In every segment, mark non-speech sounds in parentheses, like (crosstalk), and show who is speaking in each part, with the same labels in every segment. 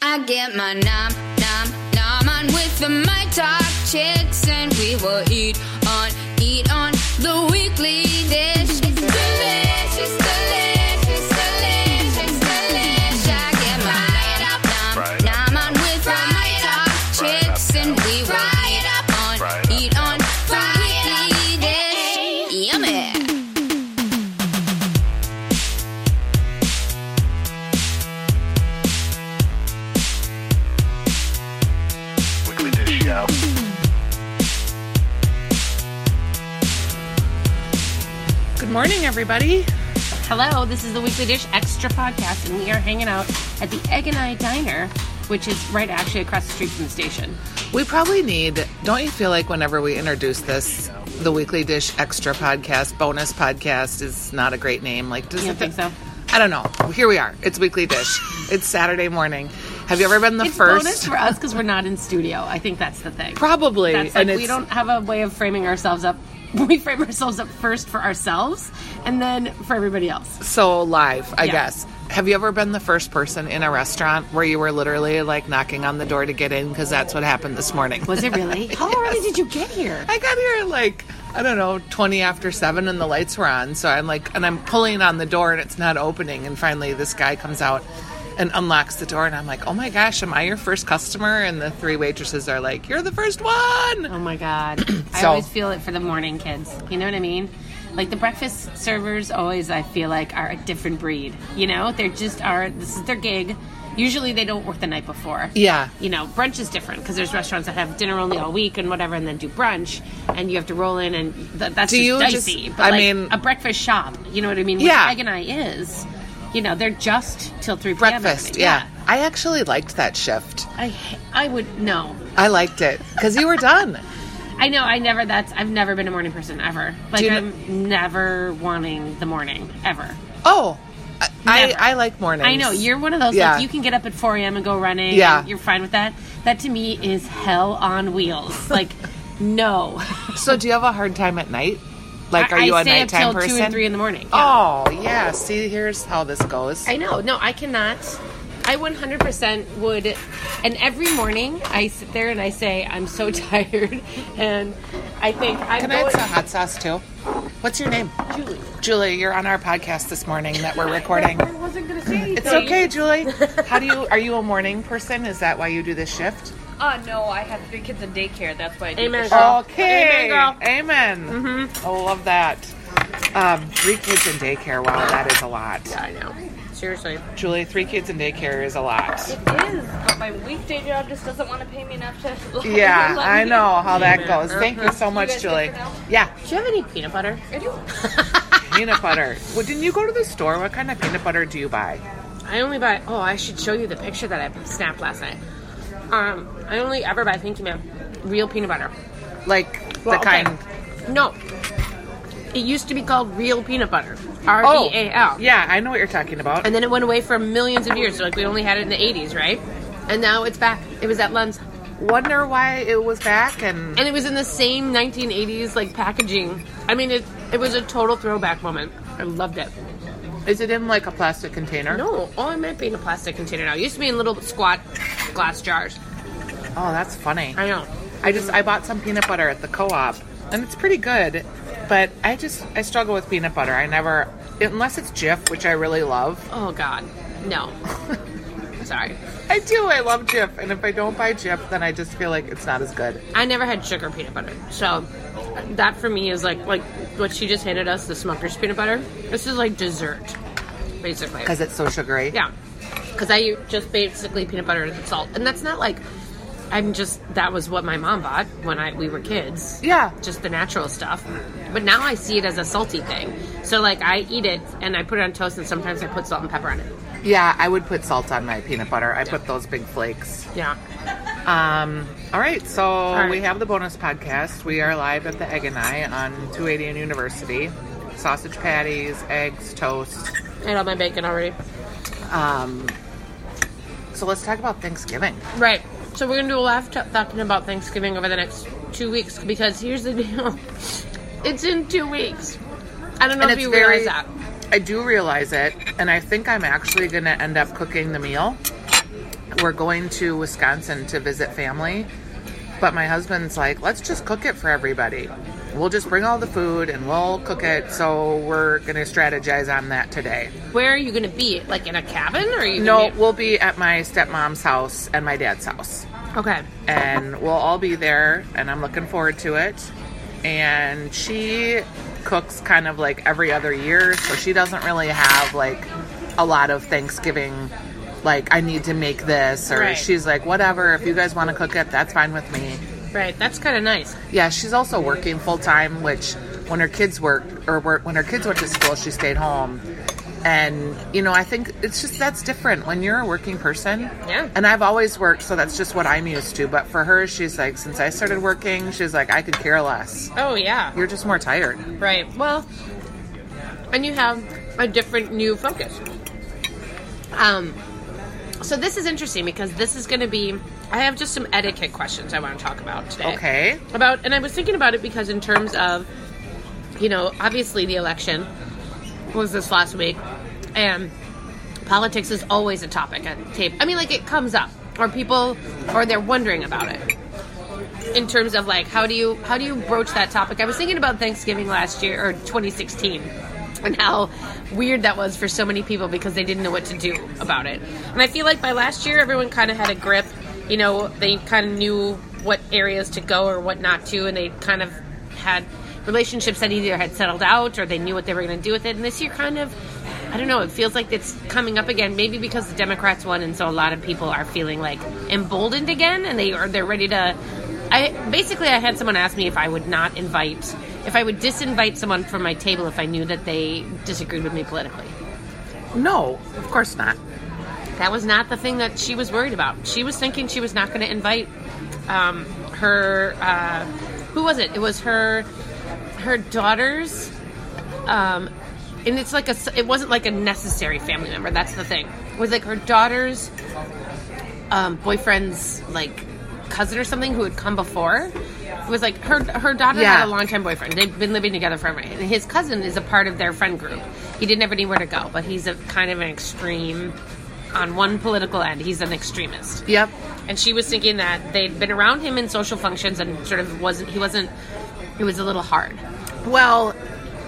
Speaker 1: I get my nom nom nom on with the my talk chicks, and we will eat on eat on the weekly dish. It's delicious, delicious, delicious, delicious. I get my nom nom nom on with the my talk chicks, and we will eat on eat on the weekly dish. Yummy.
Speaker 2: Weekly Dish Show.
Speaker 3: Good morning, everybody.
Speaker 4: Hello, this is the Weekly Dish Extra Podcast, and we are hanging out at the Egg and I Diner, which is right actually across the street from the station.
Speaker 3: We probably need, don't you feel like whenever we introduce this, the Weekly Dish Extra Podcast, Bonus Podcast is not a great name. Like, does
Speaker 4: You
Speaker 3: it
Speaker 4: don't think so?
Speaker 3: I don't know. Here we are. It's Weekly Dish. it's Saturday morning. Have you ever been the
Speaker 4: It's
Speaker 3: first?
Speaker 4: bonus for us because we're not in studio. I think that's the thing.
Speaker 3: Probably.
Speaker 4: That's like
Speaker 3: and
Speaker 4: we
Speaker 3: it's-
Speaker 4: don't have a way of framing ourselves up. (laughs) We frame ourselves up first for ourselves, and then for everybody else.
Speaker 3: so live, I
Speaker 4: Yeah.
Speaker 3: guess. Have you ever been the first person in a restaurant where you were literally like knocking on the door to get in? Because that's what happened this morning.
Speaker 4: Was it really?
Speaker 3: (laughs)
Speaker 4: How early did you get here?
Speaker 3: I got here at like I don't know, twenty after seven, and the lights were on. So I'm like, and I'm pulling on the door, and it's not opening. And finally, this guy comes out and unlocks the door, and I'm like, oh my gosh, am I your first customer? And the three waitresses are like, you're the first one.
Speaker 4: Oh my
Speaker 3: (clears throat)
Speaker 4: god. I
Speaker 3: So-
Speaker 4: always feel it for the morning kids. You know what I mean? Like the breakfast servers always I feel like are a different breed. You know? They're just are this is their gig. Usually they don't work the night before.
Speaker 3: Yeah.
Speaker 4: You know, brunch is different because there's restaurants that have dinner only all week and whatever and then do brunch and you have to roll in and th- that's just
Speaker 3: Do you just-
Speaker 4: dicey.
Speaker 3: I
Speaker 4: but like
Speaker 3: mean-
Speaker 4: a breakfast shop, you know what I mean? Which
Speaker 3: Yeah.
Speaker 4: Egg and I is. You know, they're just till 3 p.m. every
Speaker 3: Breakfast,
Speaker 4: night.
Speaker 3: yeah. I actually liked that shift.
Speaker 4: I h- I would no.
Speaker 3: I liked it because you were done.
Speaker 4: I know. I never. That's. I've never been a morning person ever. Like
Speaker 3: Do you kn-
Speaker 4: I'm never wanting the morning ever.
Speaker 3: Oh, I I,
Speaker 4: Never.
Speaker 3: I like mornings.
Speaker 4: I know you're one of those.
Speaker 3: Yeah.
Speaker 4: Like you can get up at 4 a.m. and go running.
Speaker 3: Yeah.
Speaker 4: and you're fine with that. That to me is hell on
Speaker 3: (laughs)
Speaker 4: wheels. Like, no.
Speaker 3: So do you have a hard time at night? Like, are you
Speaker 4: I
Speaker 3: a
Speaker 4: stay
Speaker 3: nighttime
Speaker 4: up till two
Speaker 3: person?
Speaker 4: and three in the morning. Yeah.
Speaker 3: Oh yeah. See, here's how this goes.
Speaker 4: I know. No, I cannot. I 100% would. And every morning I sit there and I say I'm so (laughs) tired, and I think I'm
Speaker 3: Can I
Speaker 4: going.
Speaker 3: add some hot sauce too? What's your name?
Speaker 4: Julie.
Speaker 3: Julie, you're on our podcast this morning that we're recording.
Speaker 4: I wasn't gonna say anything.
Speaker 3: (laughs) It's okay, (laughs) Julie. How do you are you a morning person? Is that why you do this shift?
Speaker 5: Uh, no, I have three kids in daycare. That's why I do
Speaker 4: Amen.
Speaker 5: this.
Speaker 4: Girl. Amen,
Speaker 3: Okay.
Speaker 4: girl.
Speaker 3: Amen. I love that. Um, three kids in daycare. Wow, that is a lot.
Speaker 4: I know. Seriously.
Speaker 3: Julie, three kids in daycare is a (laughs) lot.
Speaker 5: It is, but my weekday job just doesn't want to pay me enough to. (laughs)
Speaker 3: Yeah,
Speaker 5: let
Speaker 3: I
Speaker 5: me-
Speaker 3: know how that goes. Thank you so
Speaker 5: You
Speaker 3: much,
Speaker 5: guys good
Speaker 3: Julie.
Speaker 5: for now?
Speaker 3: Yeah,
Speaker 4: Do you have any peanut butter?
Speaker 5: I do.
Speaker 3: peanut butter. Well, didn't you go to the store? What kind of peanut butter do you buy?
Speaker 4: I only buy. Oh, I should show you the picture that I snapped last night. Um, I only ever buy. Thank you, ma'am. Real peanut butter.
Speaker 3: Like the
Speaker 4: Well, okay.
Speaker 3: kind.
Speaker 4: No. It used to be called real peanut butter. R
Speaker 3: Oh,
Speaker 4: E A L.
Speaker 3: yeah, I know what you're talking about.
Speaker 4: And then it went away for millions of years. So, like we only had it in the '80s, right? And now it's back. It was at Lens,
Speaker 3: wonder why it was back and
Speaker 4: and it was in the same 1980s like packaging. I mean, it it was a total throwback moment. I loved it.
Speaker 3: is it in like a plastic container
Speaker 4: No, oh, it might be in a plastic container now. It used to be in little squat glass jars.
Speaker 3: oh that's funny
Speaker 4: I know.
Speaker 3: i just i bought some peanut butter at the co-op and it's pretty good but i just i struggle with peanut butter i never unless it's jif which i really love
Speaker 4: Oh God, no. Sorry,
Speaker 3: i do i love jif and if i don't buy jif then i just feel like it's not as good
Speaker 4: I never had sugar peanut butter, so that for me is like like what she just handed us the Smucker's peanut butter. This is like dessert, basically.
Speaker 3: because it's so sugary
Speaker 4: Yeah, because I u- just basically peanut butter and salt, and that's not like I'm just that was what my mom bought when I we were kids.
Speaker 3: yeah
Speaker 4: Just the natural stuff, but now I see it as a salty thing. So like I eat it and I put it on toast, and sometimes I put salt and pepper on it.
Speaker 3: yeah i would put salt on my peanut butter i put those big flakes
Speaker 4: Yeah.
Speaker 3: Um, all right, so
Speaker 4: right.
Speaker 3: we have the bonus podcast. We are live at the Egg and I on 280 and University. Sausage patties, eggs, toast.
Speaker 4: I had all my bacon already.
Speaker 3: Um, so let's talk about Thanksgiving.
Speaker 4: Right. So we're gonna do a laugh t- talking about Thanksgiving over the next two weeks because here's the deal. (laughs) It's in two weeks. I don't know if you realize that.
Speaker 3: I do realize it, and I think I'm actually going to end up cooking the meal. we're going to Wisconsin to visit family. But my husband's like, let's just cook it for everybody. We'll just bring all the food and we'll cook it. So we're going to strategize on that today.
Speaker 4: Where are you going to be? Like in a cabin, or are you?
Speaker 3: No,
Speaker 4: gonna
Speaker 3: we'll be at my stepmom's house and my dad's house.
Speaker 4: Be- okay.
Speaker 3: And we'll all be there. And I'm looking forward to it. And she cooks kind of like every other year. So she doesn't really have like a lot of Thanksgiving, like, I need to make this. Or
Speaker 4: Right.
Speaker 3: she's like, whatever. If you guys want to cook it, that's fine with me.
Speaker 4: Right. That's kind of nice.
Speaker 3: Yeah, she's also working full time, which when her kids worked or were, when her kids went to school, she stayed home. And you know, I think it's just that's different when you're a working person.
Speaker 4: Yeah.
Speaker 3: And I've always worked, so that's just what I'm used to. But for her, she's like, since I started working, she's like, I could care less.
Speaker 4: Oh yeah.
Speaker 3: You're just more tired.
Speaker 4: Right. Well, and you have a different new focus. Um, so this is interesting because this is going to be. I have just some etiquette questions I want to talk about today.
Speaker 3: Okay.
Speaker 4: About, and I was thinking about it because in terms of, you know, obviously the election was this last week, and politics is always a topic at tape. I mean, like it comes up, or people, or they're wondering about it in terms of like how do you how do you broach that topic? I was thinking about Thanksgiving last year or 2016 and how weird that was for so many people because they didn't know what to do about it. And I feel like by last year everyone kind of had a grip, you know, they kind of knew what areas to go or what not to and they kind of had relationships that either had settled out or they knew what they were going to do with it. And this year kind of I don't know. It feels like it's coming up again, maybe because the Democrats won, and so a lot of people are feeling like emboldened again, and they are they're ready to. I basically I had someone ask me if I would not invite, if I would disinvite someone from my table if I knew that they disagreed with me politically.
Speaker 3: No, of course not.
Speaker 4: That was not the thing that she was worried about. She was thinking she was not going to invite um, her. Uh, who was it? It was her her daughters. Um, and it's like a. s- It wasn't like a necessary family member. That's the thing. It was like her daughters um, boyfriend's like cousin or something who had come before. It was like her her daughter
Speaker 3: Yeah.
Speaker 4: had a longtime boyfriend. They've been living together forever, and his cousin is a part of their friend group. He didn't have anywhere to go, but he's a kind of an extreme. On one political end, he's an extremist
Speaker 3: Yep.
Speaker 4: and she was thinking that they'd been around him in social functions and sort of wasn't he wasn't it was a little hard
Speaker 3: Well,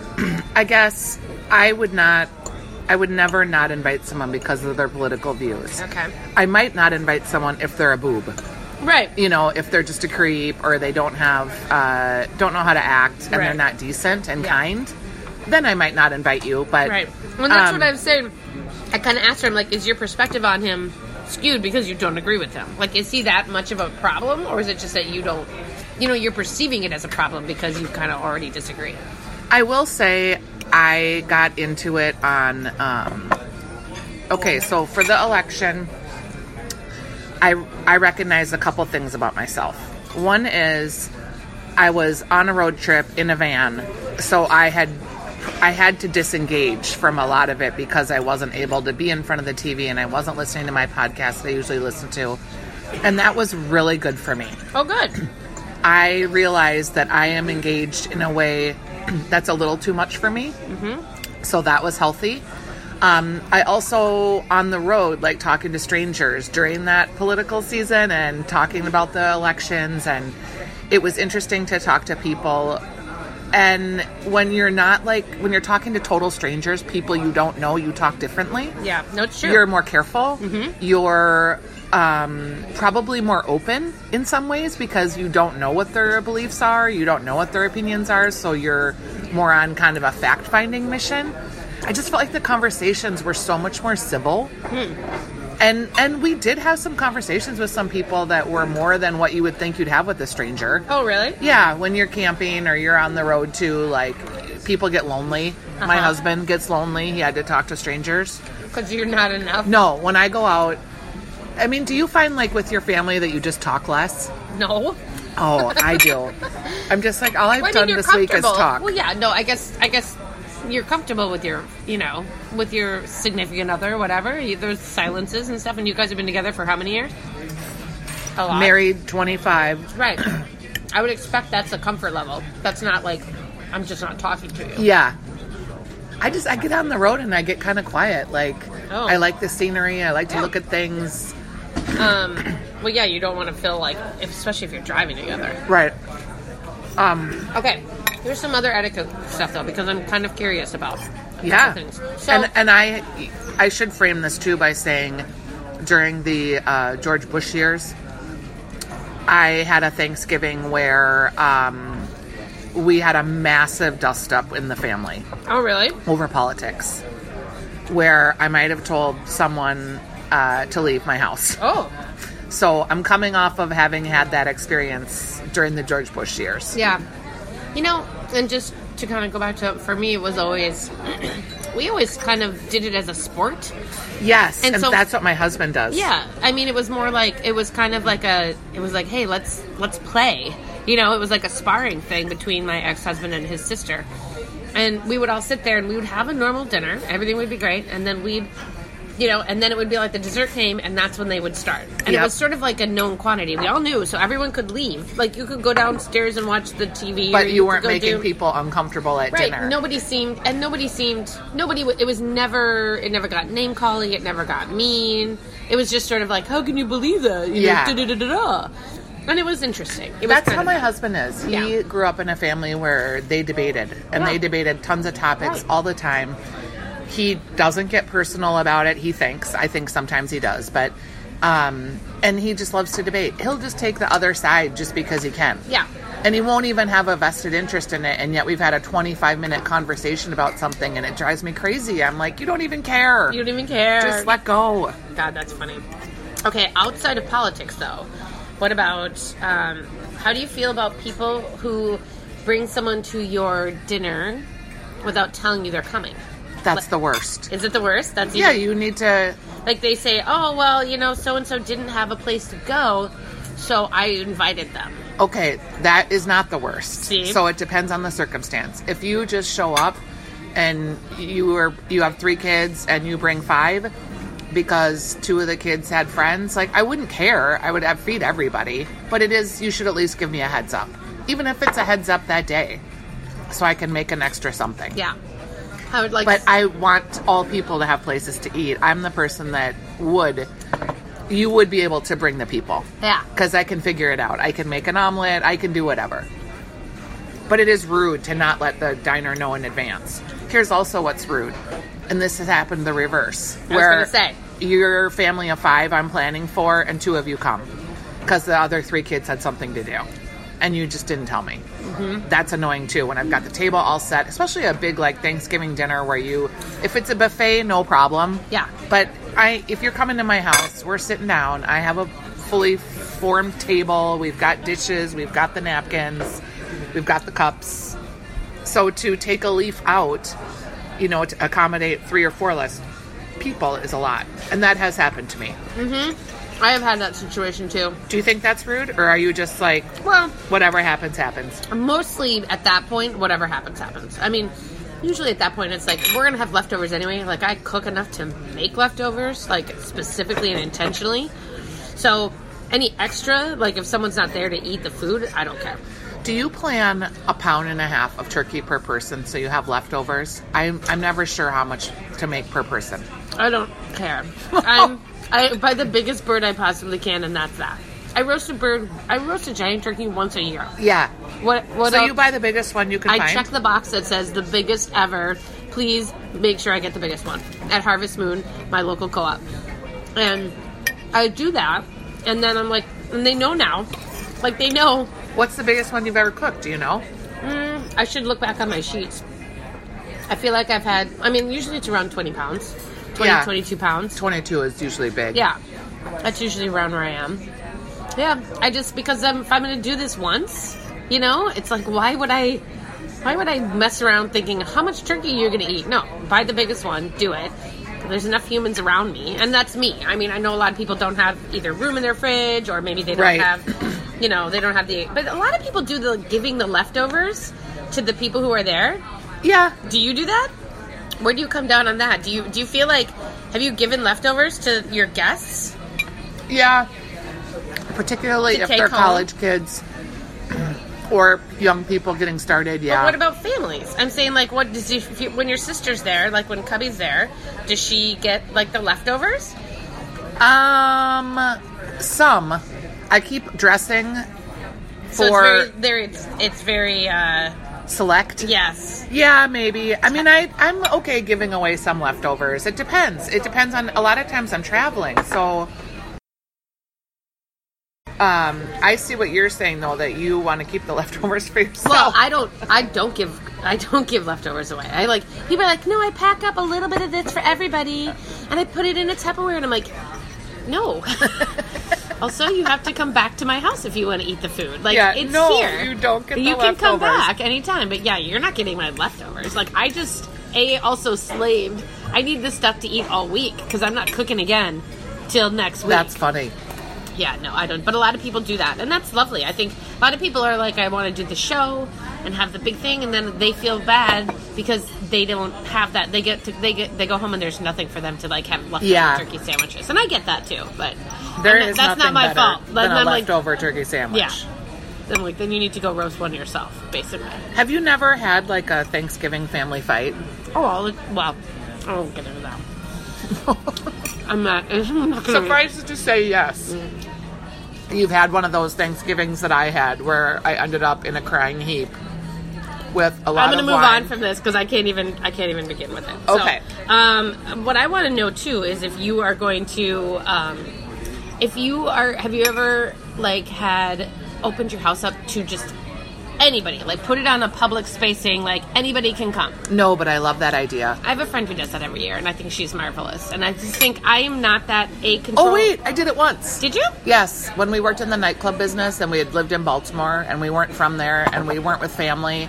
Speaker 3: (clears throat) I guess I would not. I would never not invite someone because of their political views.
Speaker 4: Okay.
Speaker 3: I might not invite someone if they're a boob.
Speaker 4: right
Speaker 3: you know, if they're just a creep or they don't have, uh, don't know how to act and they're
Speaker 4: Right.
Speaker 3: not decent and
Speaker 4: Yeah.
Speaker 3: kind, then I might not invite you. But
Speaker 4: right well that's
Speaker 3: um,
Speaker 4: what i was saying i kind of asked her i'm like is your perspective on him skewed because you don't agree with him like is he that much of a problem or is it just that you don't you know you're perceiving it as a problem because you kind of already disagree
Speaker 3: I will say I got into it on. Um, okay, so for the election, I I recognize a couple things about myself. One is I was on a road trip in a van, so I had I had to disengage from a lot of it because I wasn't able to be in front of the TV and I wasn't listening to my podcast that I usually listen to. And that was really good for me.
Speaker 4: oh good
Speaker 3: I realized that I am engaged in a way (clears throat) that's a little too much for me. Mm-hmm. So that was healthy. Um, I also, on the road, like talking to strangers during that political season and talking about the elections. And it was interesting to talk to people. And when you're not like, when you're talking to total strangers, people you don't know, you talk differently
Speaker 4: yeah no it's true
Speaker 3: you're more careful
Speaker 4: Mm-hmm.
Speaker 3: you're um, probably more open in some ways because you don't know what their beliefs are you don't know what their opinions are so you're more on kind of a fact-finding mission i just felt like the conversations were so much more civil
Speaker 4: Hmm.
Speaker 3: and and we did have some conversations with some people that were more than what you would think you'd have with a stranger
Speaker 4: oh really
Speaker 3: yeah, when you're camping or you're on the road too, like people get lonely. My
Speaker 4: Uh-huh.
Speaker 3: husband gets lonely. He had to talk to strangers.
Speaker 4: because you're not enough
Speaker 3: No, when I go out, I mean, do you find like with your family that you just talk less?
Speaker 4: no
Speaker 3: Oh, I
Speaker 4: (laughs)
Speaker 3: do. I'm just like all I've
Speaker 4: Well, I
Speaker 3: done
Speaker 4: mean, you're
Speaker 3: this week is
Speaker 4: comfortable.
Speaker 3: talk.
Speaker 4: Well, yeah, no, I guess, I guess you're comfortable with your, you know, with your significant other, whatever. You, there's silences and stuff, and you guys have been together for how many years? A lot.
Speaker 3: Married 25.
Speaker 4: Right. I would expect that's a comfort level. That's not like I'm just not talking to you.
Speaker 3: Yeah. I just I get on the road and I get kind of quiet. Like
Speaker 4: Oh.
Speaker 3: I like the scenery. I like to
Speaker 4: Yeah.
Speaker 3: look at things.
Speaker 4: Um, well, yeah, you don't want to feel like, if, especially if you're driving together.
Speaker 3: Right.
Speaker 4: Okay, here's some other etiquette stuff though, because I'm kind of curious about.
Speaker 3: Yeah.
Speaker 4: things. So-
Speaker 3: and and I I should frame this too by saying during the uh, George Bush years, I had a Thanksgiving where um, we had a massive dust up in the family
Speaker 4: Oh, really?
Speaker 3: over politics, where I might have told someone uh, to leave my house.
Speaker 4: Oh,
Speaker 3: So I'm coming off of having had that experience during the George Bush years.
Speaker 4: yeah. You know, and just to kind of go back to, for me, it was always, (clears throat) we always kind of did it as a sport.
Speaker 3: Yes, and,
Speaker 4: And so-
Speaker 3: that's what my husband does.
Speaker 4: Yeah, I mean, it was more like it was kind of like a it was like, hey, let's let's play. You know, it was like a sparring thing between my ex husband and his sister, and we would all sit there and we would have a normal dinner. Everything would be great, and then we'd, you know, and then it would be like the dessert came, and that's when they would start. And
Speaker 3: Yep.
Speaker 4: it was sort of like a known quantity. We all knew, so everyone could leave. Like you could go downstairs and watch the TV, or
Speaker 3: But you
Speaker 4: could
Speaker 3: weren't
Speaker 4: go
Speaker 3: making
Speaker 4: do-
Speaker 3: people uncomfortable at
Speaker 4: Right.
Speaker 3: dinner.
Speaker 4: Nobody seemed, and nobody seemed, nobody. w- It was never, it never got name calling. It never got mean. It was just sort of like, how can you believe that? You know,
Speaker 3: Yeah.
Speaker 4: da-da-da-da-da. And it was interesting. It was
Speaker 3: That's
Speaker 4: kind
Speaker 3: how
Speaker 4: of-
Speaker 3: my husband is. He
Speaker 4: Yeah.
Speaker 3: grew up in a family where they debated and
Speaker 4: Yeah.
Speaker 3: they debated tons of topics
Speaker 4: Right.
Speaker 3: all the time. He doesn't get personal about it. He thinks. I think sometimes he does, but um, and he just loves to debate. He'll just take the other side just because he can.
Speaker 4: Yeah.
Speaker 3: And he won't even have a vested interest in it. And yet we've had a 25 minute conversation about something and it drives me crazy. I'm like, you don't even care.
Speaker 4: You don't even care.
Speaker 3: just let go.
Speaker 4: God, that's funny. Okay, outside of politics, though, what about um, how do you feel about people who bring someone to your dinner without telling you they're coming?
Speaker 3: That's the worst.
Speaker 4: Is it the worst? That's
Speaker 3: Yeah,
Speaker 4: even-
Speaker 3: you need to
Speaker 4: like they say, oh well, you know, so and so didn't have a place to go, so I invited them.
Speaker 3: Okay, that is not the worst.
Speaker 4: See?
Speaker 3: So it depends on the circumstance. If you just show up and you are you have three kids and you bring five because two of the kids had friends, like I wouldn't care. I would have feed everybody. But it is you should at least give me a heads up. Even if it's a heads up that day. So I can make an extra something.
Speaker 4: Yeah, I would like.
Speaker 3: But I want all people to have places to eat. I'm the person that would you would be able to bring the people
Speaker 4: yeah,
Speaker 3: because I can figure it out. I can make an omelet. I can do whatever. But it is rude to not let the diner know in advance. Here's also what's rude, and this has happened the reverse,
Speaker 4: was
Speaker 3: where
Speaker 4: gonna say.
Speaker 3: your family of five I'm planning for, and two of you come because the other three kids had something to do, and you just didn't tell me.
Speaker 4: Mm-hmm.
Speaker 3: That's annoying too. When I've got the table all set, especially a big like Thanksgiving dinner where you, if it's a buffet, no problem.
Speaker 4: Yeah.
Speaker 3: But I, if you're coming to my house, we're sitting down. I have a fully formed table. We've got dishes. We've got the napkins. We've got the cups. So to take a leaf out, you know, to accommodate three or four less people is a lot, and that has happened to me.
Speaker 4: I have had that situation too.
Speaker 3: Do you think that's rude, or are you just like,
Speaker 4: Well,
Speaker 3: whatever happens, happens?
Speaker 4: mostly at that point, whatever happens, happens. I mean, usually at that point, it's like we're gonna have leftovers anyway. Like I cook enough to make leftovers, like specifically and intentionally. So any extra, like if someone's not there to eat the food, I don't care.
Speaker 3: Do you plan a pound and a half of turkey per person so you have leftovers? I'm I'm never sure how much to make per person.
Speaker 4: I don't
Speaker 3: (laughs)
Speaker 4: care. I'm I buy the biggest bird I possibly can, and that's that. I roast a bird. I roast a giant turkey once a year.
Speaker 3: Yeah.
Speaker 4: What? What?
Speaker 3: So
Speaker 4: else-
Speaker 3: you buy the biggest one you can
Speaker 4: I
Speaker 3: find.
Speaker 4: check the box that says the biggest ever. Please make sure I get the biggest one at Harvest Moon, my local co-op. And I do that, and then I'm like, and they know now. Like they know.
Speaker 3: What's the biggest one you've ever cooked? Do you know?
Speaker 4: Mm, I should look back on my sheets. I feel like I've had. I mean, usually it's around 20 pounds, 20,
Speaker 3: Yeah.
Speaker 4: 22 pounds.
Speaker 3: Twenty two is usually big.
Speaker 4: Yeah, that's usually around where I am. Yeah, I just because um, if I'm going to do this once, you know, it's like why would I, why would I mess around thinking how much turkey you're going to eat? No, buy the biggest one, do it. There's enough humans around me, and that's me. I mean, I know a lot of people don't have either room in their fridge, or maybe they don't
Speaker 3: Right.
Speaker 4: have, you know, they don't have the. But a lot of people do the giving the leftovers to the people who are there.
Speaker 3: Yeah.
Speaker 4: Do you do that? Where do you come down on that? Do you do you feel like have you given leftovers to your guests?
Speaker 3: Yeah. Particularly
Speaker 4: To
Speaker 3: if
Speaker 4: take
Speaker 3: they're
Speaker 4: home?
Speaker 3: college kids or young people getting started. Yeah.
Speaker 4: But what about families? I'm saying like what does you, if you, when your sister's there, like when Cubby's there, does she get like the leftovers?
Speaker 3: Um, some. I keep dressing for
Speaker 4: So it's very, there it's it's very uh
Speaker 3: select.
Speaker 4: yes.
Speaker 3: Yeah, maybe. I mean, I I'm okay giving away some leftovers. It depends. It depends on a lot of times I'm traveling, so. Um, I see what you're saying though that you want to keep the (laughs) leftovers for yourself.
Speaker 4: Well, I don't I don't give I don't give leftovers away. I like people are like, no, I pack up a little bit of this for everybody and I put it in a Tupperware and I'm like, no. (laughs) also, you have to come back to my house if you want to eat the food. Like
Speaker 3: Yeah,
Speaker 4: it's
Speaker 3: no,
Speaker 4: here.
Speaker 3: you don't get the
Speaker 4: You can come
Speaker 3: leftovers.
Speaker 4: back anytime, but yeah, you're not getting my leftovers. Like I just a also slaved. I need this stuff to eat all week because I'm not cooking again till next week.
Speaker 3: That's funny.
Speaker 4: Yeah, no, I don't. But a lot of people do that, and that's lovely. I think a lot of people are like, I want to do the show and have the big thing, and then they feel bad because they don't have that. They get to, they get they go home and there's nothing for them to like have leftover
Speaker 3: Yeah.
Speaker 4: turkey sandwiches, and I get that too. But
Speaker 3: There
Speaker 4: I'm
Speaker 3: is
Speaker 4: not- that's
Speaker 3: nothing
Speaker 4: not my
Speaker 3: better
Speaker 4: fault.
Speaker 3: than
Speaker 4: But
Speaker 3: a
Speaker 4: I'm like,
Speaker 3: leftover turkey sandwich.
Speaker 4: yeah. Then like then you need to go roast one yourself, basically.
Speaker 3: Have you never had like a Thanksgiving family fight?
Speaker 4: Oh well, well I won't get
Speaker 3: (laughs)
Speaker 4: into that. I'm not. (laughs) I'm not gonna-
Speaker 3: Surprised Mm. to say yes. Mm. You've had one of those Thanksgivings that I had where I ended up in a crying heap with a lot
Speaker 4: I'm gonna
Speaker 3: of
Speaker 4: move
Speaker 3: wine.
Speaker 4: on from this because I can't even I can't even begin with it.
Speaker 3: Okay.
Speaker 4: So, um, what I want to know too is if you are going to, um, if you are, have you ever like had opened your house up to just anybody? Like put it on a public space saying like anybody can come.
Speaker 3: No, but I love that idea.
Speaker 4: I have a friend who does that every year, and I think she's marvelous. And I just think I am not that a control.
Speaker 3: Oh wait, I did it once.
Speaker 4: Did you?
Speaker 3: Yes, when we worked in the nightclub business and we had lived in Baltimore and we weren't from there and we weren't with family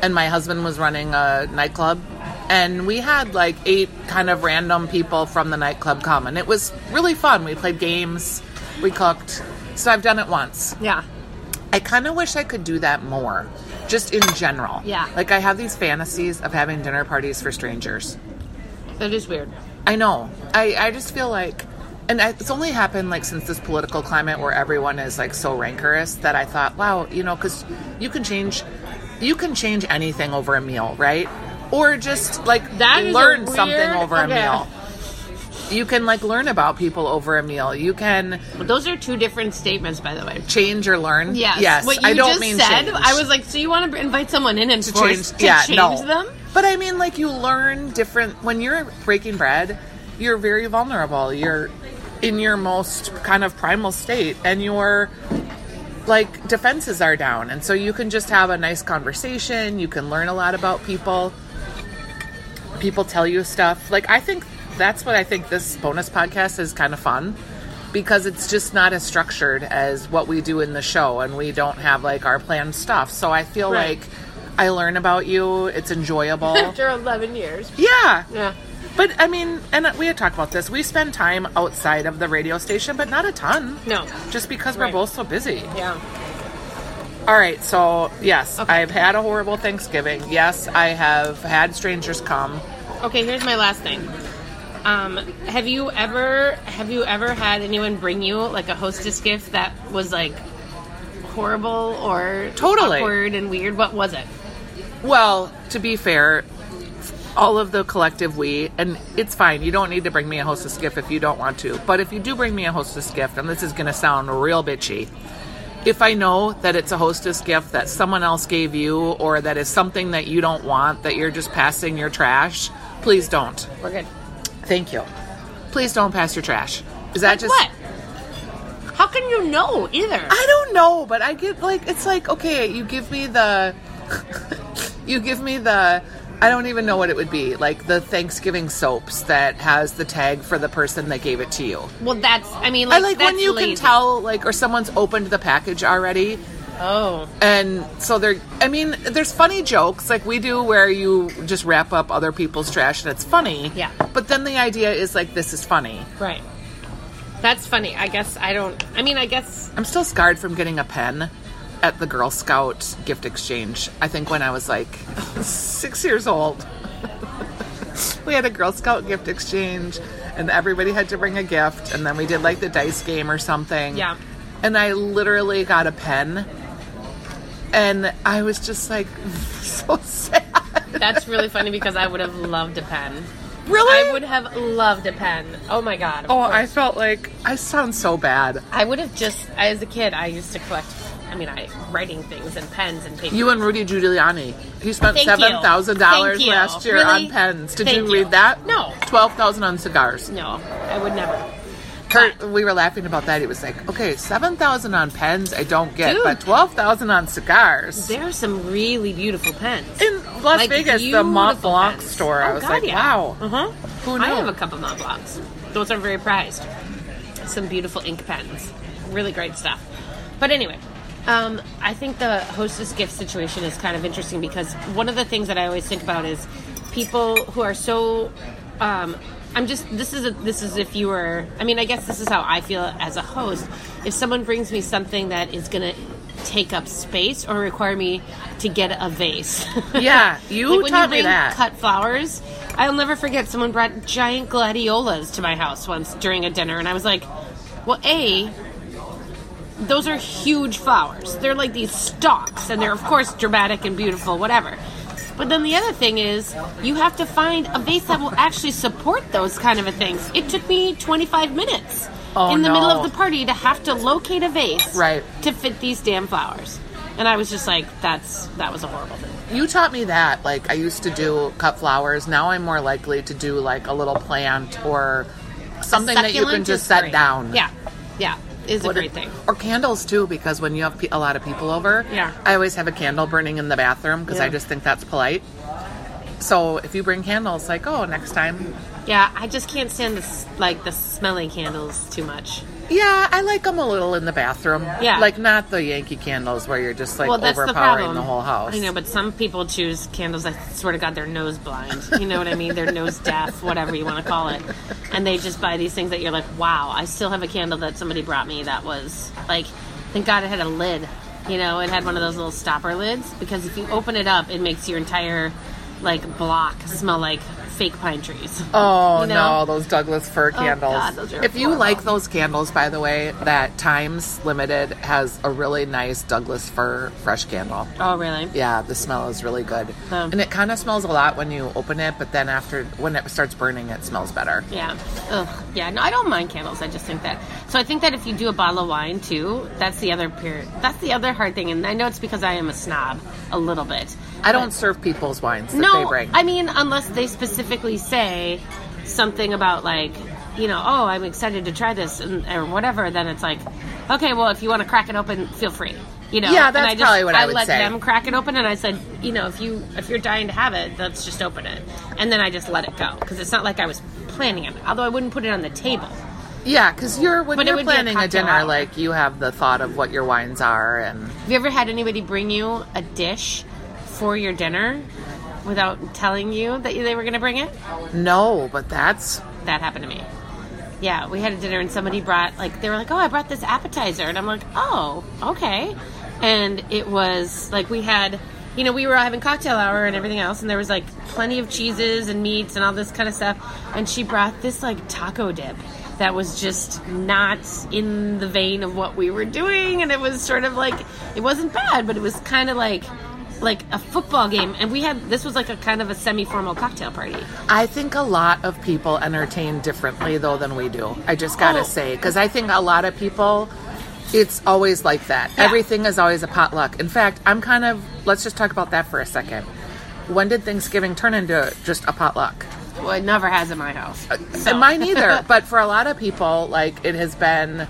Speaker 3: and my husband was running a nightclub and we had like eight kind of random people from the nightclub come and it was really fun. We played games, we cooked. So I've done it once.
Speaker 4: Yeah.
Speaker 3: I kind of wish I could do that more, just in general.
Speaker 4: Yeah.
Speaker 3: Like I have these fantasies of having dinner parties for strangers.
Speaker 4: That is weird.
Speaker 3: I know. I, I just feel like, and I, it's only happened like since this political climate where everyone is like so rancorous that I thought, wow, you know, because you can change, you can change anything over a meal, right? Or just like
Speaker 4: That is a
Speaker 3: learn something
Speaker 4: weird-
Speaker 3: over
Speaker 4: okay.
Speaker 3: a meal. You can like learn about people over a meal. You can
Speaker 4: But those are two different statements, by the way.
Speaker 3: change or learn.
Speaker 4: Yes.
Speaker 3: Yes.
Speaker 4: What you
Speaker 3: I don't
Speaker 4: just
Speaker 3: mean
Speaker 4: said,
Speaker 3: change.
Speaker 4: I was like, so you want to invite someone in and
Speaker 3: to
Speaker 4: force
Speaker 3: change,
Speaker 4: to
Speaker 3: yeah,
Speaker 4: change
Speaker 3: no.
Speaker 4: them?
Speaker 3: But I mean, like you learn different when you're breaking bread. You're very vulnerable. You're in your most kind of primal state, and your like defenses are down, and so you can just have a nice conversation. You can learn a lot about people. People tell you stuff. Like I think that's what I think this bonus podcast is kind of fun because it's just not as structured as what we do in the show and we don't have like our planned stuff. So I feel
Speaker 4: Right.
Speaker 3: like I learn about you.
Speaker 4: (laughs)
Speaker 3: It's enjoyable.
Speaker 4: After 11 years.
Speaker 3: yeah.
Speaker 4: Yeah.
Speaker 3: But I mean, and we had talked about this. We spend time outside of the radio station, but not a ton.
Speaker 4: No.
Speaker 3: Just because
Speaker 4: Right.
Speaker 3: we're both so busy.
Speaker 4: Yeah.
Speaker 3: All right, so yes,
Speaker 4: Okay.
Speaker 3: I've had a horrible Thanksgiving. Yes, I have had strangers come.
Speaker 4: Okay, here's my last thing. Um, have you ever have you ever had anyone bring you like a hostess gift that was like horrible or
Speaker 3: Totally.
Speaker 4: awkward and weird? What was it?
Speaker 3: Well, to be fair, all of the collective we, and it's fine. You don't need to bring me a hostess gift if you don't want to. But if you do bring me a hostess gift, and this is going to sound real bitchy, if I know that it's a hostess gift that someone else gave you or that is something that you don't want, that you're just passing your trash, please don't.
Speaker 4: We're good.
Speaker 3: Thank you. Please don't pass your trash. Is that just
Speaker 4: what? How can you know either?
Speaker 3: I don't know, but I get like it's like okay, you give me the (laughs) you give me the I don't even know what it would be like the Thanksgiving soaps that has the tag for the person that gave it to you.
Speaker 4: well, that's I mean,
Speaker 3: I
Speaker 4: like,
Speaker 3: like
Speaker 4: that's
Speaker 3: when you
Speaker 4: lazy.
Speaker 3: can tell like or someone's opened the package already
Speaker 4: Oh,
Speaker 3: and so they're I mean there's funny jokes like we do where you just wrap up other people's trash and it's funny.
Speaker 4: Yeah.
Speaker 3: But then the idea is like this is funny.
Speaker 4: right. That's funny. I guess I don't. I mean, I guess
Speaker 3: I'm still scarred from getting a pen at the Girl Scout gift exchange. I think when I was like (laughs) six years old, (laughs) we had a Girl Scout gift exchange, and everybody had to bring a gift, and then we did like the dice game or something.
Speaker 4: Yeah.
Speaker 3: And I literally got a pen, and I was just like (laughs) so sad.
Speaker 4: that's really funny because I would have loved a pen.
Speaker 3: Really?
Speaker 4: I would have loved a pen. Oh my god. of
Speaker 3: oh, I
Speaker 4: course.
Speaker 3: felt like I sound so bad.
Speaker 4: I would have just as a kid. I used to collect. I mean, I writing things and pens and paper.
Speaker 3: You and Rudy Giuliani. He spent
Speaker 4: Thank you.
Speaker 3: seven thousand dollars
Speaker 4: Thank you.
Speaker 3: last year
Speaker 4: Really?
Speaker 3: on pens. Did
Speaker 4: Thank
Speaker 3: you read
Speaker 4: you.
Speaker 3: that?
Speaker 4: No.
Speaker 3: Twelve thousand on cigars.
Speaker 4: no, I would never.
Speaker 3: Kurt, we were laughing about that. He was like, "Okay, seven thousand on pens, I don't get,
Speaker 4: Dude.
Speaker 3: but twelve thousand on cigars."
Speaker 4: There are some really beautiful pens.
Speaker 3: in Las
Speaker 4: Like
Speaker 3: Vegas, the Mont
Speaker 4: beautiful
Speaker 3: Blanc
Speaker 4: pens.
Speaker 3: store. I
Speaker 4: Oh,
Speaker 3: was
Speaker 4: God,
Speaker 3: like,
Speaker 4: yeah.
Speaker 3: "Wow,
Speaker 4: Uh-huh.
Speaker 3: who knew?"
Speaker 4: I have a couple Mont Blancs. Those are very prized. Some beautiful ink pens. Really great stuff. But anyway, um, I think the hostess gift situation is kind of interesting because one of the things that I always think about is people who are so. Um, I'm just. This is a, this is if you were. I mean, I guess this is how I feel as a host. If someone brings me something that is going to take up space or require me to get a vase, (laughs)
Speaker 3: Yeah, you
Speaker 4: like when
Speaker 3: taught
Speaker 4: you
Speaker 3: me
Speaker 4: bring
Speaker 3: that.
Speaker 4: cut flowers. I'll never forget someone brought giant gladiolas to my house once during a dinner, and I was like, "Well, a, those are huge flowers. They're like these stalks, and they're of course dramatic and beautiful, whatever." But then the other thing is, you have to find a vase that will actually support those kind of a things. It took me 25 minutes
Speaker 3: Oh,
Speaker 4: in the
Speaker 3: no.
Speaker 4: middle of the party to have to locate a vase
Speaker 3: Right.
Speaker 4: to fit these damn flowers. And I was just like, that's that was a horrible thing.
Speaker 3: You taught me that. Like I used to do cut flowers. Now I'm more likely to do like a little plant or something that you can
Speaker 4: Succulent
Speaker 3: just
Speaker 4: is
Speaker 3: set
Speaker 4: great.
Speaker 3: down.
Speaker 4: Yeah, yeah, is
Speaker 3: What
Speaker 4: a great
Speaker 3: it-
Speaker 4: thing.
Speaker 3: Or candles too, because when you have pe- a lot of people over,
Speaker 4: Yeah.
Speaker 3: I always have a candle burning in the bathroom because I
Speaker 4: Yeah.
Speaker 3: just think that's polite. So if you bring candles, like oh, next time.
Speaker 4: Yeah, I just can't stand the s like the smelly candles too much.
Speaker 3: Yeah, I like them a little in the bathroom.
Speaker 4: Yeah.
Speaker 3: like not the Yankee candles where you're just like
Speaker 4: well, that's the
Speaker 3: overpowering
Speaker 4: problem.
Speaker 3: the, whole house.
Speaker 4: I know, but some people choose candles. I swear to God, they're nose blind. You know what I mean? They're nose deaf, whatever you want to call it. And they just buy these things that you're like, wow, I still have a candle that somebody brought me that was like, thank God it had a lid. You know, it had one of those little stopper lids because if you open it up, it makes your entire like block smell like fake pine trees.
Speaker 3: Oh
Speaker 4: You know? Oh,
Speaker 3: no, those Douglas fir candles.
Speaker 4: God, those are
Speaker 3: if you
Speaker 4: horrible.
Speaker 3: like those candles, by the way, that Times Limited has a really nice Douglas fir fresh candle.
Speaker 4: Oh, really?
Speaker 3: Yeah, the smell is really good.
Speaker 4: Oh.
Speaker 3: And it kind of smells a lot when you open it, but then after when it starts burning, it smells better.
Speaker 4: Yeah. Ugh. Yeah. No, I don't mind candles. I just think that. So I think that if you do a bottle of wine too, that's the other period. That's the other hard thing, and I know it's because I am a snob a little bit.
Speaker 3: I don't serve people's wines that
Speaker 4: no,
Speaker 3: they bring.
Speaker 4: I mean unless they specifically say something about like, you know, oh, I'm excited to try this and or whatever. Then it's like, okay, well, if you want to crack it open, feel free. You know.
Speaker 3: Yeah,
Speaker 4: And
Speaker 3: that's
Speaker 4: I just,
Speaker 3: probably what I would
Speaker 4: let
Speaker 3: say.
Speaker 4: them crack it open, and I said, you know, if you if you're dying to have it, let's just open it, and then I just let it go because it's not like I was planning it. Although I wouldn't put it on the table.
Speaker 3: yeah, because you're when
Speaker 4: But it
Speaker 3: you're
Speaker 4: would be a
Speaker 3: planning a,
Speaker 4: cocktail
Speaker 3: dinner,
Speaker 4: hour.
Speaker 3: like you have the thought of what your wines are, and
Speaker 4: Have you ever had anybody bring you a dish for your dinner without telling you that they were going to bring it?
Speaker 3: no, but that's
Speaker 4: That happened to me. Yeah, we had a dinner and somebody brought like they were like, "Oh, I brought this appetizer," and I'm like, "Oh, okay." And it was like we had, you know, we were having cocktail hour and everything else, and there was like plenty of cheeses and meats and all this kind of stuff. And she brought this like taco dip that was just not in the vein of what we were doing, and it was sort of like it wasn't bad, but it was kind of like like a football game. And we had this was like a kind of a semi-formal cocktail party.
Speaker 3: I think a lot of people entertain differently though than we do. I just gotta
Speaker 4: Oh.
Speaker 3: 'Cause say because I think a lot of people, it's always like that.
Speaker 4: Yeah.
Speaker 3: Everything is always a potluck. In fact, I'm kind of let's just talk about that for a second. When did Thanksgiving turn into just a potluck?
Speaker 4: Well, it never has in my house.
Speaker 3: Uh,
Speaker 4: so.
Speaker 3: And
Speaker 4: (laughs)
Speaker 3: mine either. but for a lot of people, like it has been,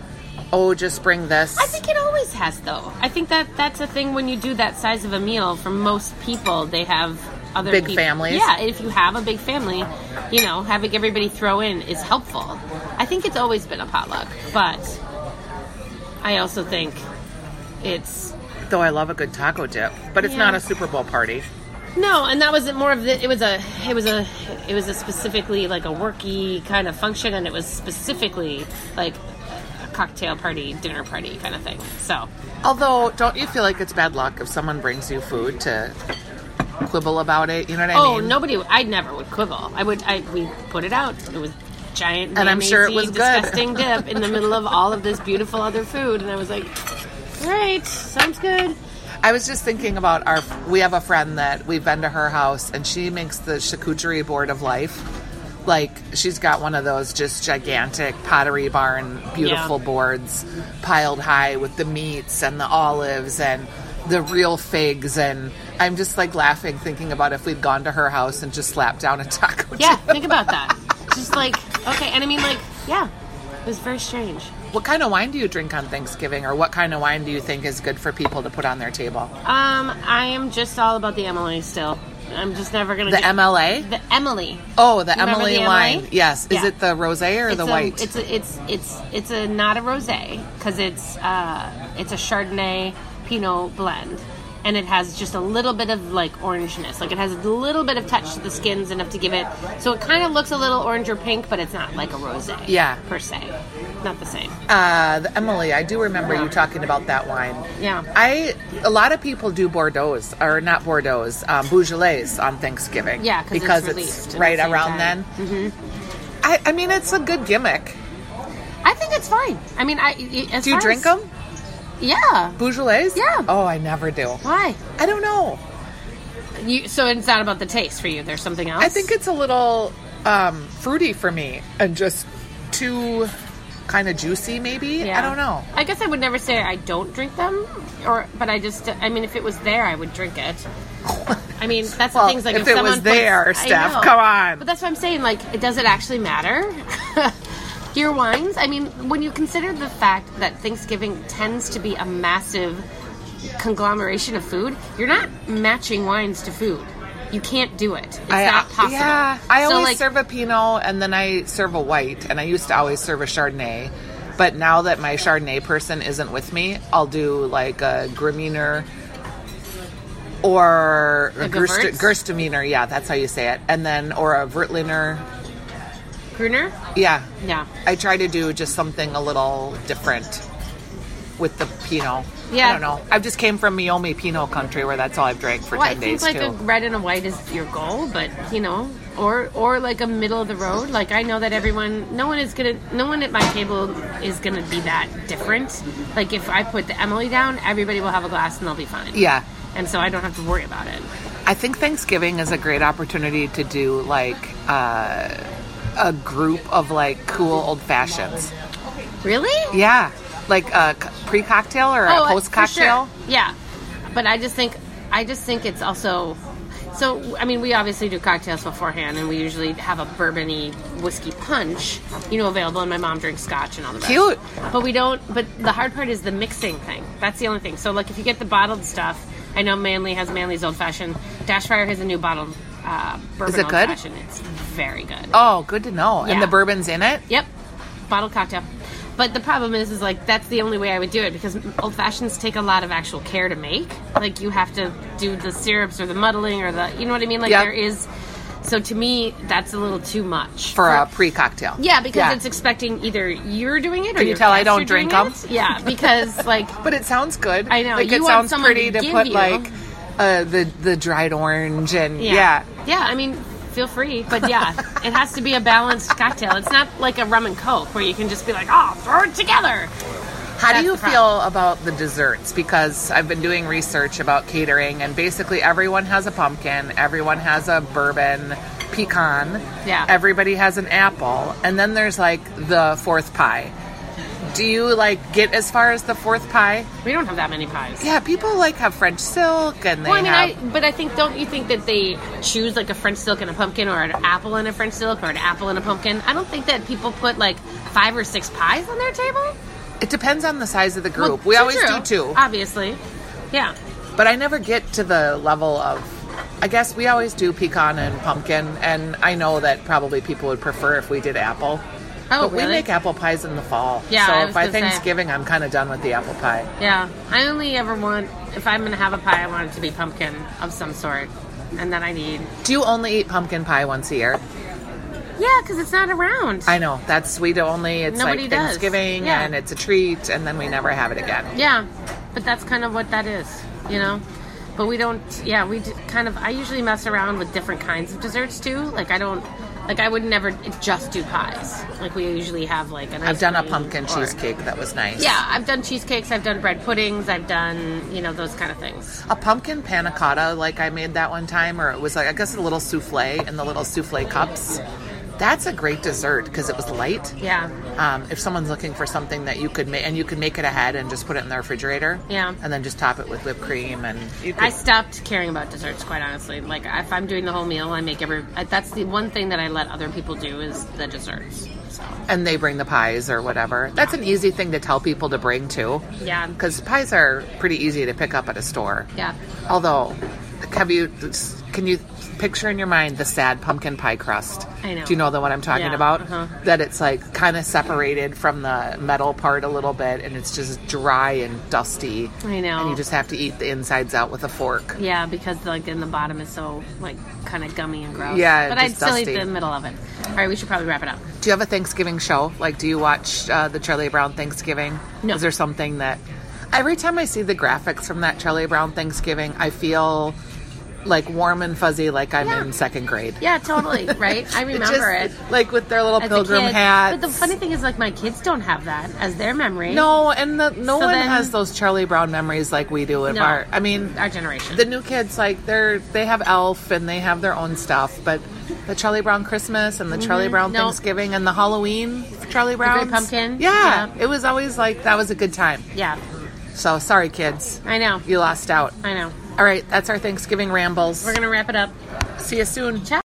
Speaker 3: oh, just bring this.
Speaker 4: I think it always has, though. I think that that's a thing when you do that size of a meal. For most people, they have other
Speaker 3: Big
Speaker 4: peop-
Speaker 3: families.
Speaker 4: Yeah, if you have a big family, you know, having everybody throw in is helpful. I think it's always been a potluck, but I also think it's
Speaker 3: Though I love a good taco dip, but it's
Speaker 4: Yeah.
Speaker 3: not a Super Bowl party.
Speaker 4: No, and that wasn't more of the. It was a. It was a. It was a specifically like a worky kind of function, and it was specifically like a cocktail party, dinner party kind of thing. So
Speaker 3: Although, don't you feel like it's bad luck if someone brings you food to quibble about it? You know what I
Speaker 4: oh,
Speaker 3: mean?
Speaker 4: nobody. I never would quibble. I would. I we put it out. It was giant,
Speaker 3: And I'm sure it
Speaker 4: mayonnaise-y,
Speaker 3: was good.
Speaker 4: disgusting dip in the middle of all of this beautiful other food, and I was like, "All right, sounds good.
Speaker 3: I was just thinking about our. We have a friend that we've been to her house, and she makes the charcuterie board of life, Like she's got one of those just gigantic pottery barn, beautiful
Speaker 4: Yeah.
Speaker 3: boards piled high with the meats and the olives and the real figs and I'm just like laughing thinking about if we'd gone to her house and just slapped down a taco.
Speaker 4: Yeah,
Speaker 3: truck.
Speaker 4: think about that. Just like okay, and I mean like yeah, it was very strange.
Speaker 3: What kind of wine do you drink on Thanksgiving or what kind of wine do you think is good for people to put on their table?
Speaker 4: Um, I am just all about the Emily still. I'm just never gonna
Speaker 3: The
Speaker 4: get-
Speaker 3: MLA?
Speaker 4: the Emily.
Speaker 3: Oh, the
Speaker 4: Remember
Speaker 3: Emily
Speaker 4: the
Speaker 3: wine.
Speaker 4: MLA?
Speaker 3: Yes. Is
Speaker 4: Yeah.
Speaker 3: it the rosé or
Speaker 4: It's
Speaker 3: the
Speaker 4: a,
Speaker 3: white?
Speaker 4: It's a, it's it's it's a not a rosé because it's uh it's a Chardonnay Pinot blend, and it has just a little bit of like orangeness. Like it has a little bit of touch to the skins enough to give it. So it kind of looks a little orange or pink, but it's not like a rosé.
Speaker 3: Yeah.
Speaker 4: per se, not the same.
Speaker 3: uh, the Emily, I do remember you talking about that wine.
Speaker 4: Yeah.
Speaker 3: I a lot of people do Bordeaux's or not Bordeaux's, um, Beaujolais on Thanksgiving.
Speaker 4: Yeah, 'cause it's
Speaker 3: because
Speaker 4: released at the
Speaker 3: right
Speaker 4: same
Speaker 3: around
Speaker 4: time.
Speaker 3: then. Mm-hmm. I, I mean, it's a good gimmick.
Speaker 4: I think it's fine. I mean, I as
Speaker 3: Do you
Speaker 4: far
Speaker 3: drink
Speaker 4: as-
Speaker 3: them,
Speaker 4: Yeah.
Speaker 3: Beaujolais?
Speaker 4: Yeah.
Speaker 3: Oh, I never do.
Speaker 4: Why?
Speaker 3: I don't know.
Speaker 4: You, so it's not about the taste for you. There's something else.
Speaker 3: I think it's a little um, fruity for me and just too kind of juicy. Maybe I don't know.
Speaker 4: I guess I would never say I don't drink them, or but I just I mean if it was there I would drink it. I
Speaker 3: (laughs)
Speaker 4: mean that's
Speaker 3: Well,
Speaker 4: the things like
Speaker 3: if
Speaker 4: if,
Speaker 3: it was
Speaker 4: someone
Speaker 3: there,
Speaker 4: puts, I
Speaker 3: Steph,
Speaker 4: know.
Speaker 3: come on.
Speaker 4: But that's what I'm saying. Like, it- does it actually matter? (laughs) Your wines. I mean, when you consider the fact that Thanksgiving tends to be a massive conglomeration of food, you're not matching wines to food. You can't do it. It's
Speaker 3: I-
Speaker 4: not possible.
Speaker 3: Yeah, I
Speaker 4: So,
Speaker 3: always
Speaker 4: like,
Speaker 3: serve a Pinot and then I serve a white, and I used to always serve a Chardonnay. But now that my Chardonnay person isn't with me, I'll do like a Graminer or a
Speaker 4: Like a
Speaker 3: Gerst-
Speaker 4: Wurz?
Speaker 3: Gerstaminer. Yeah, that's how you say it. And then, or a Vertliner.
Speaker 4: Gruner.
Speaker 3: Yeah.
Speaker 4: Yeah.
Speaker 3: I try to do just something a little different with the Pinot.
Speaker 4: Yeah.
Speaker 3: I don't know. I just came from Miomi Pinot country where that's all I've drank for
Speaker 4: Well,
Speaker 3: 10
Speaker 4: it seems
Speaker 3: days
Speaker 4: like
Speaker 3: too.
Speaker 4: a red and a white is your goal, but you know, or or like a middle of the road. Like I know that everyone, no one is gonna, no one at my table is gonna be that different. Like if I put the Emily down, everybody will have a glass and they'll be fine.
Speaker 3: yeah.
Speaker 4: and so I don't have to worry about it.
Speaker 3: I think Thanksgiving is a great opportunity to do like uh, a group of like cool old fashions.
Speaker 4: Really?
Speaker 3: Yeah, like a pre cocktail or a post cocktail.
Speaker 4: Oh, uh, For sure. Yeah, but I just think, I just think it's also. So I mean, we obviously do cocktails beforehand, and we usually have a bourbony whiskey punch, you know, available. And my mom drinks scotch and all the rest.
Speaker 3: Cute.
Speaker 4: But we don't. But the hard part is the mixing thing. That's the only thing. So like, if you get the bottled stuff, I know Manly has Manly's Old Fashioned. Dashfire has a new bottled uh, bourbon.
Speaker 3: Is it
Speaker 4: Old
Speaker 3: good?
Speaker 4: Fashioned. It's very good.
Speaker 3: Oh, good to know. And
Speaker 4: Yeah.
Speaker 3: the bourbon's in it.
Speaker 4: Yep, bottle cocktail. But the problem is, is like that's the only way I would do it because old fashions take a lot of actual care to make. Like you have to do the syrups or the muddling or the, you know what I mean? Like
Speaker 3: Yeah.
Speaker 4: there is. So to me, that's a little too much
Speaker 3: For a pre cocktail.
Speaker 4: Yeah, because it's expecting either you're doing it or
Speaker 3: Can you
Speaker 4: your
Speaker 3: tell I
Speaker 4: guests
Speaker 3: don't
Speaker 4: are doing
Speaker 3: drink 'em?
Speaker 4: it. Yeah,
Speaker 3: (laughs)
Speaker 4: because like
Speaker 3: But it sounds good.
Speaker 4: I know.
Speaker 3: Like
Speaker 4: You
Speaker 3: it
Speaker 4: want
Speaker 3: sounds
Speaker 4: someone
Speaker 3: pretty
Speaker 4: to
Speaker 3: to,
Speaker 4: give
Speaker 3: put
Speaker 4: you-
Speaker 3: like uh, the the dried orange and yeah.
Speaker 4: yeah. Yeah, I mean, feel free, but yeah, it has to be a balanced cocktail. It's not like a rum and coke where you can just be like, oh, throw it together.
Speaker 3: How do
Speaker 4: That's
Speaker 3: you
Speaker 4: the problem.
Speaker 3: feel about the desserts? Because I've been doing research about catering, and basically everyone has a pumpkin, everyone has a bourbon pecan,
Speaker 4: Yeah.
Speaker 3: everybody has an apple, and then there's like the fourth pie. Do you like get as far as the fourth pie?
Speaker 4: We don't have that many pies.
Speaker 3: Yeah, people like have French silk, and they
Speaker 4: Well, I mean,
Speaker 3: have.
Speaker 4: I, but I think don't you think that they choose like a French silk and a pumpkin, or an apple and a French silk, or an apple and a pumpkin? I don't think that people put like five or six pies on their table.
Speaker 3: it depends on the size of the
Speaker 4: Well,
Speaker 3: group. we
Speaker 4: so
Speaker 3: always
Speaker 4: true,
Speaker 3: do two,
Speaker 4: obviously. Yeah,
Speaker 3: but I never get to the level of. I guess we always do pecan and pumpkin, and I know that probably people would prefer if we did apple.
Speaker 4: Oh,
Speaker 3: but we
Speaker 4: really?
Speaker 3: make apple pies in the fall.
Speaker 4: Yeah, I
Speaker 3: So
Speaker 4: was
Speaker 3: by
Speaker 4: gonna say.
Speaker 3: Thanksgiving, I'm kind of done with the apple pie.
Speaker 4: yeah. I only ever want if I'm gonna have a pie, I want it to be pumpkin of some sort, and then I need
Speaker 3: Do you only eat pumpkin pie once a year?
Speaker 4: yeah, because it's not around.
Speaker 3: I know that's we do only. It's
Speaker 4: Nobody
Speaker 3: like
Speaker 4: does.
Speaker 3: Thanksgiving,
Speaker 4: Yeah.
Speaker 3: and it's a treat, and then we never have it again.
Speaker 4: Yeah, but that's kind of what that is, you know. But we don't. Yeah, we d- kind of. I usually mess around with different kinds of desserts too. Like I don't. Like I would never just do pies. Like we usually have like an.
Speaker 3: I've
Speaker 4: ice
Speaker 3: done a
Speaker 4: cream
Speaker 3: pumpkin
Speaker 4: or-
Speaker 3: cheesecake that was nice.
Speaker 4: Yeah, I've done cheesecakes. I've done bread puddings. I've done you know those kind of things.
Speaker 3: a pumpkin panna cotta like I made that one time, or it was like I guess a little souffle in the little souffle cups. That's a great dessert because it was light.
Speaker 4: Yeah.
Speaker 3: Um, if someone's looking for something that you could make, and you could make it ahead and just put it in the refrigerator.
Speaker 4: Yeah.
Speaker 3: And then just top it with whipped cream and you could,
Speaker 4: I stopped caring about desserts, quite honestly. Like, if I'm doing the whole meal, I make every. I, that's the one thing that I let other people do is the desserts. So,
Speaker 3: and they bring the pies or whatever. That's an easy thing to tell people to bring too.
Speaker 4: Yeah.
Speaker 3: Because pies are pretty easy to pick up at a store.
Speaker 4: yeah.
Speaker 3: Although, have you? Can you picture in your mind the sad pumpkin pie crust?
Speaker 4: I know.
Speaker 3: Do you know the one I'm talking
Speaker 4: Yeah,
Speaker 3: about?
Speaker 4: uh-huh.
Speaker 3: That it's like kind of separated from the metal part a little bit, and it's just dry and dusty.
Speaker 4: I know.
Speaker 3: And you just have to eat the insides out with a fork.
Speaker 4: Yeah, because, like, in the bottom is so, like, kind of gummy and gross.
Speaker 3: Yeah,
Speaker 4: But
Speaker 3: just
Speaker 4: I'd still eat
Speaker 3: dusty.
Speaker 4: the middle of it. All right, we should probably wrap it up.
Speaker 3: Do you have a Thanksgiving show? Like, do you watch uh, the Charlie Brown Thanksgiving?
Speaker 4: No.
Speaker 3: Is there something that every time I see the graphics from that Charlie Brown Thanksgiving, I feel like warm and fuzzy, like I'm
Speaker 4: Yeah.
Speaker 3: in second grade.
Speaker 4: Yeah,
Speaker 3: (laughs)
Speaker 4: totally. Right? I remember it.
Speaker 3: just- Like with their little
Speaker 4: as a
Speaker 3: pilgrim
Speaker 4: kid.
Speaker 3: hats.
Speaker 4: But the funny thing is, like, my kids don't have that as their memory.
Speaker 3: no, and the, no
Speaker 4: So
Speaker 3: one
Speaker 4: then-
Speaker 3: has those Charlie Brown memories like we do. Of
Speaker 4: No.
Speaker 3: our, I mean,
Speaker 4: Our generation.
Speaker 3: the new kids like they're they have Elf and they have their own stuff, but the Charlie Brown Christmas
Speaker 4: Mm-hmm.
Speaker 3: and the Charlie Brown
Speaker 4: Nope.
Speaker 3: Thanksgiving and the Halloween Charlie Brown
Speaker 4: Pumpkin.
Speaker 3: Yeah,
Speaker 4: Yeah.
Speaker 3: it was always like that was a good time.
Speaker 4: yeah.
Speaker 3: So sorry, kids,
Speaker 4: I know.
Speaker 3: you lost out.
Speaker 4: I know.
Speaker 3: All right, that's our Thanksgiving rambles.
Speaker 4: We're going to wrap it up.
Speaker 3: see you soon.
Speaker 4: Ciao.